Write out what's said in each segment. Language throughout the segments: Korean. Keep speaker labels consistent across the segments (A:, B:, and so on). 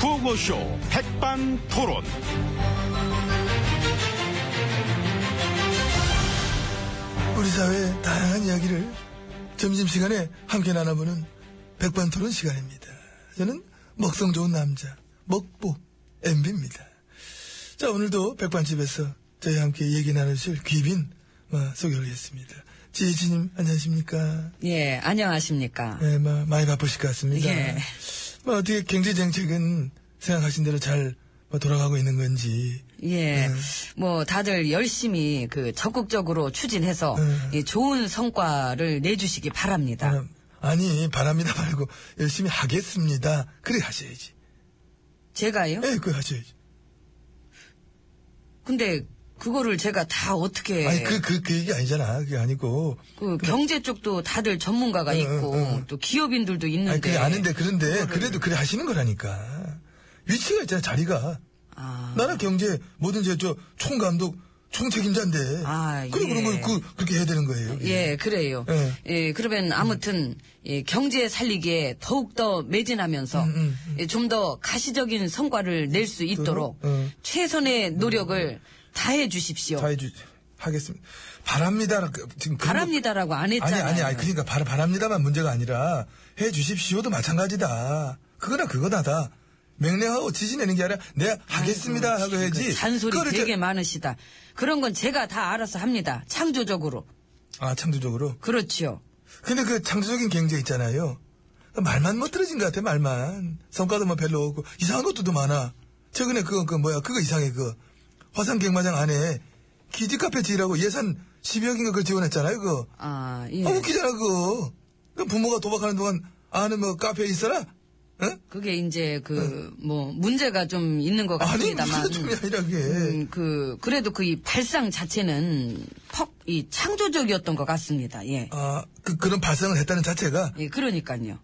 A: 구호쇼 백반토론.
B: 우리 사회의 다양한 이야기를 점심시간에 함께 나눠보는 백반토론 시간입니다. 저는 먹성 좋은 남자, 먹보, MB입니다. 자, 오늘도 백반집에서 저희와 함께 얘기 나누실 귀빈 마, 소개하겠습니다. 지혜진님, 안녕하십니까?
C: 예, 안녕하십니까.
B: 네, 마, 많이 바쁘실 것 같습니다.
C: 예.
B: 마, 어떻게 경제정책은 생각하신 대로 잘 마, 돌아가고 있는 건지.
C: 예,
B: 음.
C: 뭐 다들 열심히 그 적극적으로 추진해서
B: 음.
C: 이 좋은 성과를 내주시기 바랍니다.
B: 바람- 아니, 바랍니다 말고 열심히 하겠습니다. 그래 하셔야지.
C: 제가요?
B: 에, 그거 하셔야지.
C: 근데 그거를 제가 다 어떻게
B: 아니, 그,
C: 그,
B: 그, 그 얘기 아니잖아. 그게 아니고.
C: 경제 쪽도 다들 전문가가
B: 응,
C: 있고
B: 응, 응.
C: 또 기업인들도 있는데.
B: 네, 아니, 그게 아는데, 그런데,
C: 그거를-
B: 그래도 그래 하시는 거라니까. 위치가 있잖아, 자리가.
C: 아,
B: 나라 경제, 뭐든 지 저, 총감독, 총책임자인데.
C: 아,
B: 그래,
C: 예.
B: 그런 걸 그, 그렇게 해야 되는 거예요.
C: 예, 그래요.
B: 예.
C: 예, 그러면 아무튼 예, 경제 살리기에 더욱 더 매진하면서 예,
B: 음, 음,
C: 좀 더 가시적인 성과를 낼 수 있도록
B: 음.
C: 최선의 노력을
B: 네.
C: 다해 주십시오.
B: 자, 해주, 하겠습니다. 바랍니다. 라- 그- 지금 그런 거-
C: 바랍니다라고 안
B: 아니,
C: 했잖아요.
B: 아니, 아니, 그러니까 바, 바랍니다만 문제가 아니라, 해 주십시오도 마찬가지다. 그거나 그거다다. 맹랑하고 지지내는 게 아니라, 내가 하겠습니다
C: 아이고,
B: 하고
C: 그
B: 해야지.
C: 잔소리
B: 그거를
C: 되게
B: 이제-
C: 많으시다. 그런 건 제가 다 알아서 합니다. 창조적으로.
B: 아, 창조적으로.
C: 그렇지요.
B: 근데 그 창조적인 경제 있잖아요. 말만 못 들어진 것 같아, 말만. 성과도 뭐 별로 없고, 이상한 것도 더 많아. 최근에 그거, 그 뭐야, 그거 이상해, 그거. 화산경마장 안에 키즈카페 지으라고 예산 10억인가 그걸 지원했잖아요, 그거.
C: 아, 예.
B: 아, 웃기잖아, 그거. 그 부모가 도박하는 동안 아는 뭐 카페에 있어라? 응?
C: 그게 이제 그, 뭐, 문제가 좀뭐 있는 것
B: 아니,
C: 같습니다만.
B: 무슨 소리 아니라, 그게.
C: 음, 그, 그래도 그 이 발상 자체는 퍽, 이 창조적이었던 것 같습니다. 예.
B: 아, 그, 그런 발상을 했다는 자체가.
C: 예, 그러니까요.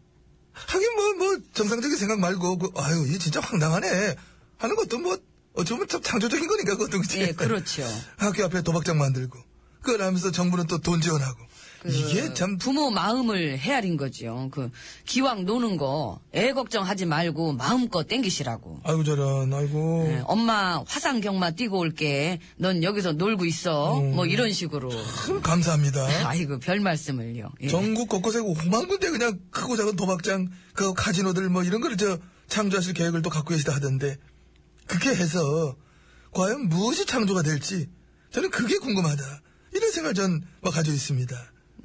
B: 하긴 뭐, 뭐, 정상적인 생각 말고, 그, 아유, 얘 진짜 황당하네. 하는 것도 뭐, 어쩌면 참 창조적인 거니까, 그것도 그치?
C: 예, 그렇죠.
B: 학교 앞에 도박장 만들고, 그걸 하면서 정부는 또 돈 지원하고.
C: 그
B: 이게 참,
C: 부모 마음을 헤아린 거죠. 그, 기왕 노는 거, 애 걱정하지 말고 마음껏 땡기시라고.
B: 아이고, 저런, 아이고.
C: 네, 엄마 화상 경마 뛰고 올게. 넌 여기서 놀고 있어. 뭐 이런 식으로.
B: 음.
C: 예?
B: 참 음, 감사합니다.
C: 아이고 별 말씀을요. 예.
B: 전국 곳곳에 5만 군데 그냥 크고 작은 도박장, 그 카지노들 뭐 이런 거를 저 창조하실 계획을 또 갖고 계시다 하던데, 그렇게 해서, 과연 무엇이 창조가 될지, 저는 그게 궁금하다. 이런 생각을 전 뭐, 가지고 있습니다.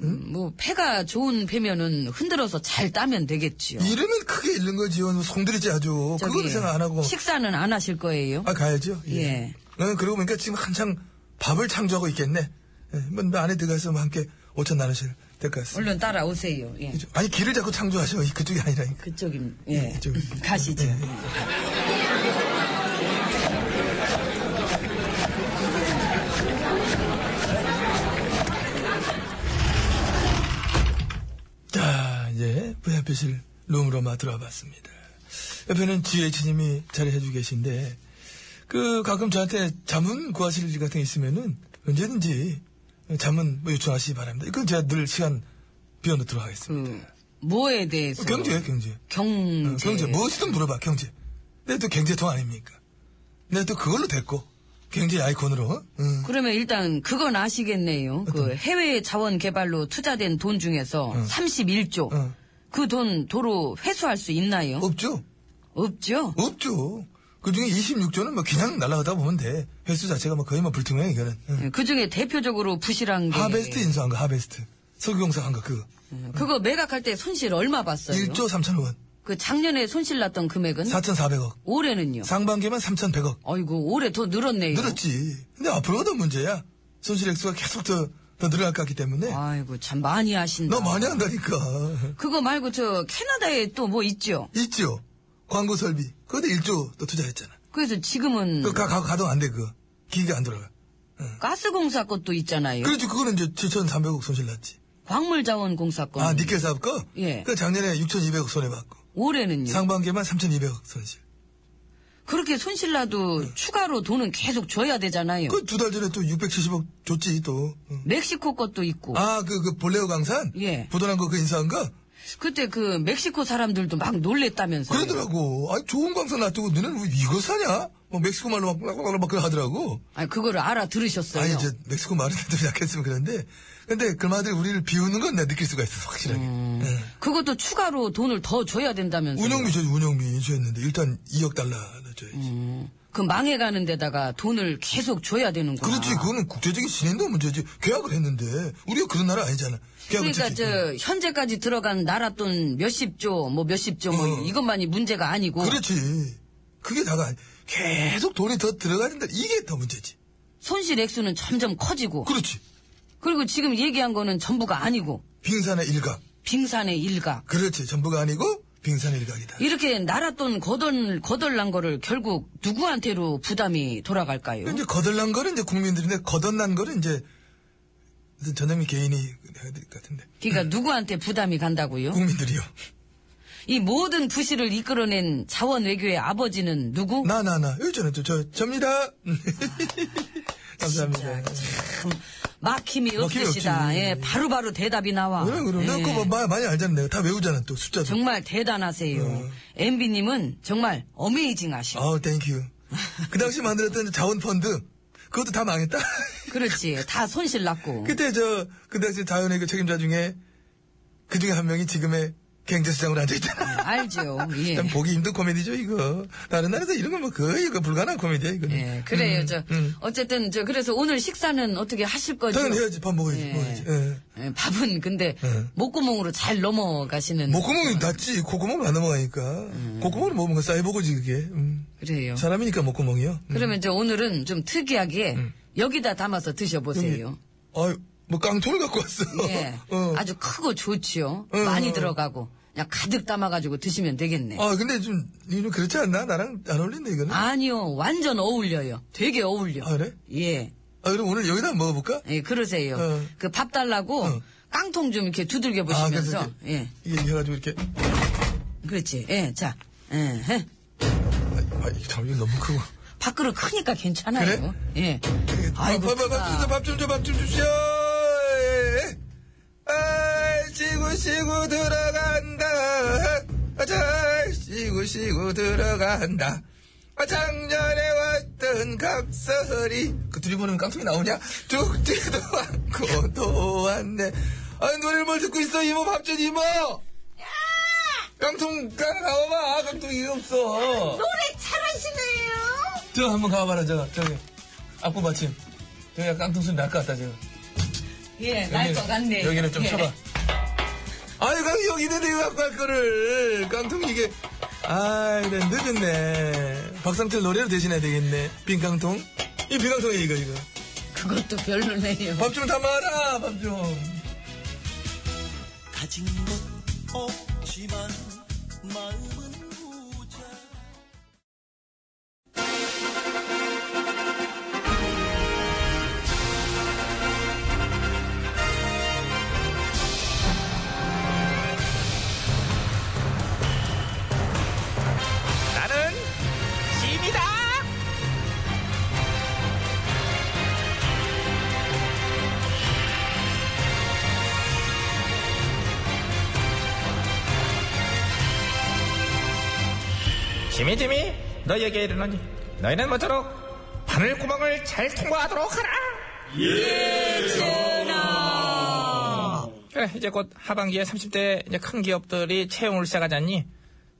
C: 음, 뭐 패가 좋은 패면은 흔들어서 잘 따면 되겠지요.
B: 이러면 크게 잃는 거지요. 뭐 송두리째 아주.
C: 저기,
B: 그거는 생각 안 하고.
C: 식사는 안 하실 거예요.
B: 아, 가야죠. 예.
C: 예.
B: 어, 그러고 보니까 지금 한창 밥을 창조하고 있겠네. 예, 뭐, 뭐 안에 들어가서 뭐 함께 오천 나누실 될 것 같습니다.
C: 얼른 따라오세요. 예.
B: 이쪽- 아니, 길을 자꾸 창조하셔. 이- 그쪽이 아니라니까.
C: 그쪽임. 예.
B: 이쪽으로. 예.
C: 가시죠.
B: 자, 이제 VIP실 룸으로 막 들어와 봤습니다. 옆에는 GH님이 자리해주고 계신데, 그, 가끔 저한테 자문 구하실 일 같은 게 있으면은 언제든지 자문 뭐 요청하시기 바랍니다. 이건 제가 늘 시간 비워놓도록 하겠습니다.
C: 그 뭐에 대해서
B: 경제, 경제. 어,
C: 경제.
B: 경제 무엇이든 물어봐 경제 내가 또 경제통 아닙니까 내가 또 그걸로 됐고 경제 아이콘으로 어? 응.
C: 그러면 일단 그건 아시겠네요. 그 해외 자원 개발로 투자된 돈 중에서
B: 어.
C: 31조.
B: 응.
C: 그 돈 도로 회수할 수
B: 어,
C: 있나요?
B: 없죠
C: 없죠.
B: 없죠 그중에 26조는 뭐 그냥 날아가다 보면 돼 횟수 자체가 뭐 거의 뭐 불투명해 이거는 응.
C: 그 중에 대표적으로 부실한 게
B: 아,
C: 예,
B: 하베스트 인수한 거 하베스트 석유공사 한 거 그거
C: 그거 매각할 때 손실 얼마 봤어요?
B: 1조 3천억 원
C: 그 작년에 손실 났던 금액은
B: 4,400억
C: 올해는요.
B: 상반기만 3,100억
C: 아이고 올해 더 늘었네요.
B: 늘었지 근데 앞으로가 더 문제야 손실 액수가 계속 더, 더 늘어날 것 같기 때문에
C: 아이고 네. 참 많이 하신다.
B: 너 많이 한다니까
C: 그거 말고 저 캐나다에 또 뭐 있죠.
B: 있죠 광고 설비 그것도 1조 또 투자했잖아
C: 그래서 지금은
B: 그 가, 가, 가동 안 돼, 그거. 기계가 안 돌아가.
C: 가스공사 것도 있잖아요.
B: 그렇지, 그거는 이제 7,300억 손실 났지.
C: 광물자원공사 건.
B: 아, 니켈 사업 거?
C: 예.
B: 그 작년에 6,200억 손해봤고.
C: 올해는요.
B: 상반기만 3,200억 손실.
C: 그렇게 손실 나도 추가로 돈은 계속 줘야 되잖아요.
B: 네. 그 두 달 전에 또 670억 줬지, 또. 응.
C: 멕시코 것도 있고.
B: 아, 그, 그, 볼레오 강산?
C: 예.
B: 부도난 거 그 인수한 거?
C: 그때 그 멕시코 사람들도 막 놀랬다면서.
B: 그러더라고. 아니, 좋은 광선 놔두고 너는 왜 이거 사냐? 뭐 멕시코 말로 막, 막, 막, 막 그래 하더라고.
C: 아니, 그거를 알아들으셨어요.
B: 아니, 이제 멕시코 말은 좀 약했으면 그런데. 근데 그 말들이 우리를 비우는 건 내가 느낄 수가 있어, 확실하게.
C: 음.
B: 예.
C: 그것도 추가로 돈을 더 줘야 된다면서.
B: 운영비 저 운영비 인수했는데 일단 2억 달러 줘야지.
C: 그 망해가는 데다가 돈을 계속 줘야 되는구나.
B: 그렇지 그거는 국제적인 신인도 문제지 계약을 했는데 우리가 그런 나라 아니잖아. 계약을
C: 그러니까
B: 지키지.
C: 저 현재까지 들어간 나라 돈 몇십 조, 뭐 몇십 조, 뭐
B: 어.
C: 이것만이 문제가 아니고
B: 그렇지. 그게 다가 아니- 계속 돈이 더 들어가는데 이게 더 문제지.
C: 손실 액수는 점점 커지고
B: 그렇지.
C: 그리고 지금 얘기한 거는 전부가 아니고
B: 빙산의 일각.
C: 빙산의 일각
B: 그렇지. 전부가 아니고 빙산의 일각이다.
C: 이렇게 나라 돈 거덜 거덜난 거를 결국 누구한테로 부담이 돌아갈까요?
B: 이제 거덜난 거는 이제 국민들인데 거덜난 거는 이제 무슨 전현미 개인이 해야 될 것 같은데
C: 그러니까 누구한테 부담이 간다고요?
B: 국민들이요.
C: 이 모든 부실을 이끌어낸 자원 외교의 아버지는 누구?
B: 나 나 나. 여기 저는 저, 저 접니다. 감사합니다.
C: 막힘이
B: 막힘이
C: 없으시다.
B: 없지.
C: 예, 바로바로 대답이 나와.
B: 그럼 그럼 내가
C: 예.
B: 그거 뭐- 마- 많이 알잖아 내가 다 외우잖아 또 숫자도
C: 정말 대단하세요. MB님은 정말 어메이징 하시고
B: 네. 아우 땡큐 그 당시 만들었던 자원펀드 그것도 다 망했다
C: 그렇지. 다 손실 났고.
B: 그때 저 그 당시 자원외교 책임자 중에 그 중에 한 명이 지금의 경제수장으로 앉아있잖아
C: 알죠. 예.
B: 참 보기 힘든 코미디죠 이거 다른 나라에서 이런 건 뭐 거의 그 불가능한 코미디야 이거는
C: 예, 그래요. 저,
B: 음.
C: 어쨌든, 저, 그래서 오늘 식사는 어떻게 하실 거죠?
B: 당연히 해야지 밥 먹어야지
C: 예.
B: 먹어야지 예.
C: 예, 밥은 근데,
B: 예.
C: 목구멍으로 잘 넘어가시는.
B: 목구멍이 낫지 콧구멍을 안 넘어가니까 콧구멍을 먹으면 싸이보고지 그게 음.
C: 음. 그래요. 네.
B: 사람이니까 목구멍이요 음.
C: 그러면 저 오늘은 좀 특이하게, 여기다 담아서 드셔보세요.
B: 아유 뭐 깡통을 갖고 왔어
C: 예.
B: 어.
C: 아주 크고 좋지요.
B: 어.
C: 많이 들어가고. 그냥 가득 담아가지고 드시면 되겠네.
B: 아, 근데 좀, 이거 좀 그렇지 않나? 나랑 안 어울린다, 이거는. 아,
C: 아니요, 완전 어울려요. 되게 어울려.
B: 그래? 아,
C: 예.
B: 그럼 오늘 여기다 한번 먹어볼까?
C: 예, 그러세요.
B: 어.
C: 그 밥 달라고
B: 어.
C: 깡통 좀 이렇게 두들겨
B: 아,
C: 보시면서.
B: 그래서 이렇게,
C: 예.
B: 이게 이렇게 해가지고 이렇게.
C: 그렇지. 예, 자. 예, 예.
B: 아, 아, 이거 참, 이거 너무 크고.
C: 밖으로 크니까 괜찮아요. 예. 아이고.
B: 밥, 밥, 밥, 좀 줘,
C: 크다.
B: 밥 좀 줘, 밥 좀 주시오! 예. 아, 쉬고, 쉬고 들어간다. 아, 잘 쉬고, 쉬고 들어간다. 아, 작년에 왔던 각설이. 그 둘이 보는 깡통이 나오냐? 죽지도 않고 또 왔네. 아, 노래를 뭘 듣고 있어, 이모 밥 줘, 이모! 깡통, 깡, 가봐봐. 아, 깡통이 없어.
D: 노래 잘하시네요.
B: 저 한번 가봐라 저 저기 앞부 받침 저기 약간 깡통순 날 것 같다 지금
C: 예, 날 것 같네.
B: 여기는 좀
C: 예.
B: 쳐봐 아유 깡 여기 있는데 이거 갖고 갈 거를 깡통 이게 아이 네, 늦었네 박상철 노래로 대신해야 되겠네 빈깡통 이 빈깡통이야 이거 이거
C: 그것도 별로네요.
B: 밥 좀 담아라 밥좀
E: 가진 것 없지만 마음은 부자
A: 나는 짐이다. 짐이 짐이 너에게 이르노니 너희는 모쪼록 바늘구멍을 잘 통과하도록 하라. 그래 이제 곧 하반기에 30대 이제 큰 기업들이 채용을 시작하잖니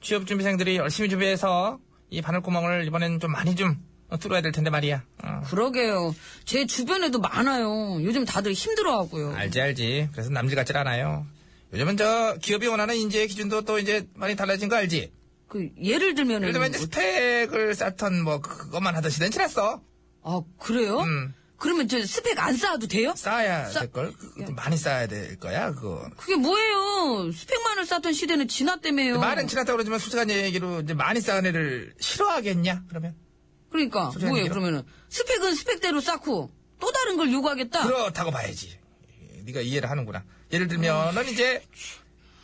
A: 취업 준비생들이 열심히 준비해서 이 바늘구멍을 이번엔 좀 많이 좀 어, 뚫어야 될 텐데 말이야 어.
C: 그러게요. 제 주변에도 많아요. 요즘 다들 힘들어하고요.
A: 알지 알지 그래서 남들 같질 않아요 요즘은 저 기업이 원하는 인재의 기준도 또 이제 많이 달라진 거 알지
C: 그 예를 들면은
A: 예를 들면 이제 스펙을 쌓던 뭐 그것만 하던 시대는 지났어
C: 아 그래요?
A: 음.
C: 그러면 저 스펙 안 쌓아도 돼요?
A: 쌓아야
C: 쌓-
A: 될걸 그것도 많이 쌓아야 될 거야 그거
C: 그게 뭐예요? 스펙만을 쌓던 시대는 지났다며요.
A: 말은 지났다고 그러지만 솔직한 얘기로 이제 많이 쌓은 애를 싫어하겠냐 그러면
C: 그러니까
A: 소중한
C: 뭐예요?
A: 얘기로.
C: 그러면은 스펙은 스펙대로 쌓고 또 다른 걸 요구하겠다.
A: 그렇다고 봐야지. 네가 이해를 하는구나. 예를 들면은 이제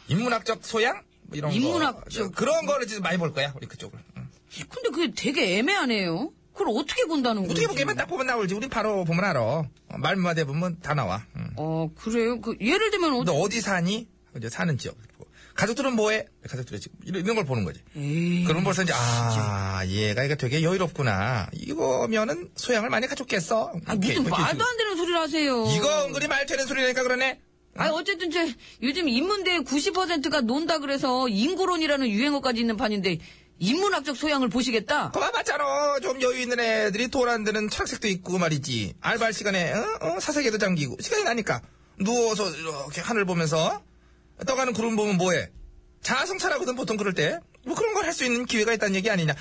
A: 인문학적 소양 뭐 이런 거.
C: 인문학적.
A: 그런 거를 이제 많이 볼 거야 우리 그쪽을. 응.
C: 근데 그게 되게 애매하네요. 그걸 어떻게 본다는 거예요?
A: 어떻게 보면 딱 보면 나올지. 우린 바로 보면 알아. 어, 말마다 보면 다 나와. 응.
C: 어 그래요? 그 아, 예를 들면 어,
A: 너 어디 사니? 이제 사는 지역.
B: 뭐, 가족들은 뭐해? 가족들이 지금 이런, 이런 걸 보는 거지.
C: 에이.
B: 그럼 벌써 이제 아 얘가 이거 되게 여유롭구나. 이거면은 소양을 많이 가졌겠어.
C: 아,
B: 이렇게,
C: 무슨
B: 이렇게
C: 말도
B: 지금.
C: 안 되는 소리를 하세요.
B: 이거
A: 그-
B: 은근히 말 되는 소리라니까 그러네.
C: 아니, 어쨌든, 제, 요즘 인문대의 90%가 논다 그래서 인구론이라는 유행어까지 있는 판인데, 인문학적 소양을 보시겠다?
B: 그만 봤잖아. 좀 여유 있는 애들이 돌 안 드는 철학색도 있고 말이지. 알바할 시간에 어? 어? 사색에도 잠기고 시간이 나니까 누워서 이렇게 하늘 보면서 떠가는 구름 보면 뭐해? 자아성찰하거든 보통 그럴 때. 뭐 그런 걸 할 수 있는 기회가 있다는 얘기 아니냐.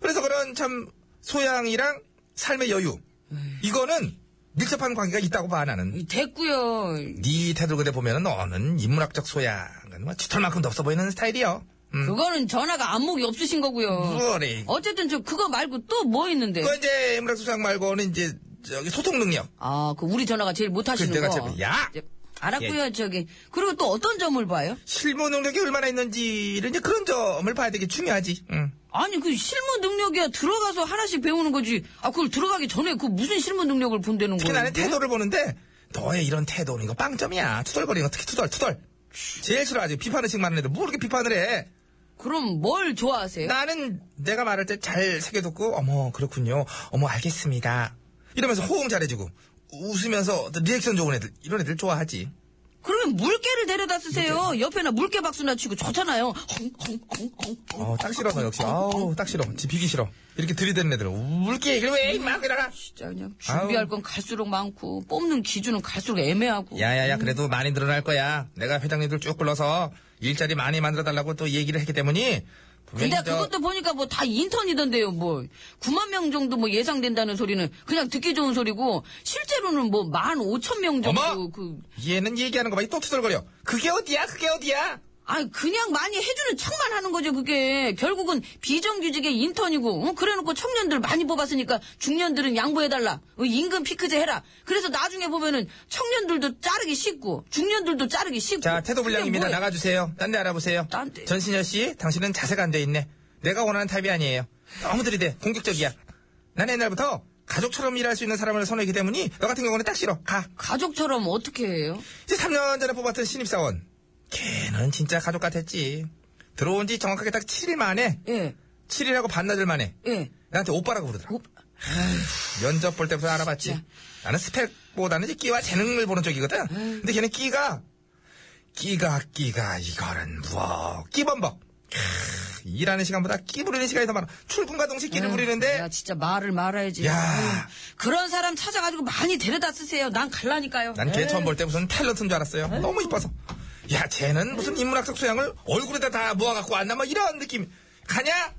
B: 그래서 그런 참 소양이랑 삶의 여유 이거는 밀접한 관계가 있다고 봐 나는.
C: 이, 됐고요
B: 네 태도 그대 보면은 너는 인문학적 소양은 뭐 짙을만큼도 없어 보이는 스타일이요. 음.
C: 그거는 전화가 안목이 없으신 거고요
B: 그래.
C: 어쨌든, 저, 그거 말고 또 뭐 있는데?
B: 그 이제 인문학 소양 말고는 이제 저기 소통 능력.
C: 아, 그, 우리 전화가 제일 못하시는
B: 그때가
C: 거.
B: 제일- 야! 예.
C: 이제 알았고요 저기. 그리고 또 어떤 점을 봐요?
B: 실무 능력이 얼마나 있는지를 이제 그런 점을 봐야 되게 중요하지. 응.
C: 아니, 그 실무 능력이야. 들어가서 하나씩 배우는 거지. 아, 그걸 들어가기 전에 그 무슨 실무 능력을 본다는 거예요?
B: 특히 나는 태도를 보는데 너의 이런 태도는 이거 빵점이야. 투덜거리는 거 특히 투덜 투덜. 제일 싫어하지. 비판 의식 많은 애들 뭐 이렇게 비판을 해.
C: 그럼 뭘 좋아하세요?
B: 나는 내가 말할 때 잘 새겨 듣고 어머 그렇군요. 어머 알겠습니다. 이러면서 호응 잘해주고 웃으면서 리액션 좋은 애들 이런 애들 좋아하지.
C: 그러면 물개를 데려다 쓰세요. 옆에나 물개 박수나 치고 좋잖아요. 헝헝헝헝헝.
B: 어, 딱 싫어서 역시 아우 딱 싫어. 지 비기 싫어. 이렇게 들이대는 애들 울게 이걸 왜막 이러나.
C: 진짜 그냥 준비할
B: 아우.
C: 건 갈수록 많고 뽑는 기준은 갈수록 애매하고.
B: 야야야 그래도 많이 늘어날 거야. 내가 회장님들 쭉 불러서 일자리 많이 만들어 달라고 또 얘기를 했기 때문에. 분명히
C: 근데
B: 저-
C: 그것도 보니까 뭐 다 인턴이던데요. 뭐 9만 명 정도 뭐 예상된다는 소리는 그냥 듣기 좋은 소리고 실제로는 뭐 15,000명 정도
B: 어머!
C: 그
B: 얘는 얘기하는 거 봐. 이또 투덜거려. 그게 어디야? 그게 어디야?
C: 아니 그냥 많이 해주는 척만 하는 거죠 그게 결국은 비정규직의 인턴이고 어? 그래놓고 청년들 많이 뽑았으니까 중년들은 양보해달라 어, 임금 피크제 해라 그래서 나중에 보면은 청년들도 자르기 쉽고 중년들도 자르기 쉽고
B: 자 태도 불량입니다.
C: 그게 뭐예요?
B: 나가주세요. 딴 데 알아보세요.
C: 딴 데?
B: 전신여 씨 당신은 자세가 안 돼 있네. 내가 원하는 타입이 아니에요. 너무 들이대. 공격적이야. 난 옛날부터 가족처럼 일할 수 있는 사람을 선호했기 때문에 너 같은 경우는 딱 싫어. 가.
C: 가족처럼 어떻게 해요?
B: 이제 3년 전에 뽑았던 신입사원. 걔는 진짜 가족 같았지. 들어온 지 정확하게 딱 7일 만에
C: 예,
B: 7일하고 반나절 만에
C: 예.
B: 나한테 오빠라고 그러더라.
C: 오-
B: 면접 볼 때부터 알아봤지. 나는 스펙보다는 이제 끼와 재능을 보는 쪽이거든.
C: 음.
B: 근데 걔는 끼가 끼가 끼가 이거는 뭐 끼범벅. 캬, 일하는 시간보다 끼 부리는 시간이 더 많아. 출근과 동시에 끼를
C: 에휴,
B: 부리는데
C: 야 진짜 말을 말아야지
B: 야.
C: 아유, 그런 사람 찾아가지고 많이 데려다 쓰세요 난 갈라니까요
B: 난 걔 처음 볼 때 무슨 탤런트인 줄 알았어요. 너무 이뻐서. 야, 쟤는 무슨 인문학적 소양을 얼굴에다 다 모아갖고 왔나? 뭐 이런 느낌. 가냐?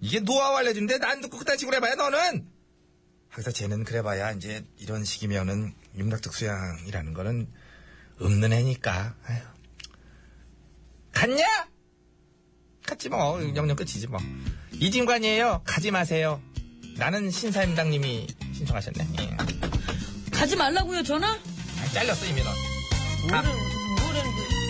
B: 이게 노하우 알려주는데 난 듣고 그딴 식으로 해봐야 너는! 하기서 쟤는 그래봐야 이제 이런 식이면은 인문학적 소양이라는 거는 없는 애니까. 아휴. 갔냐? 갔지 뭐. 영영 끝이지 뭐. 이진관이에요. 가지 마세요. 나는 신사임당님이 신청하셨네. 예.
C: 가지 말라고요 전화?
B: 아, 잘렸어 이민원.
C: 뭐래, 뭐라는 그 거예요?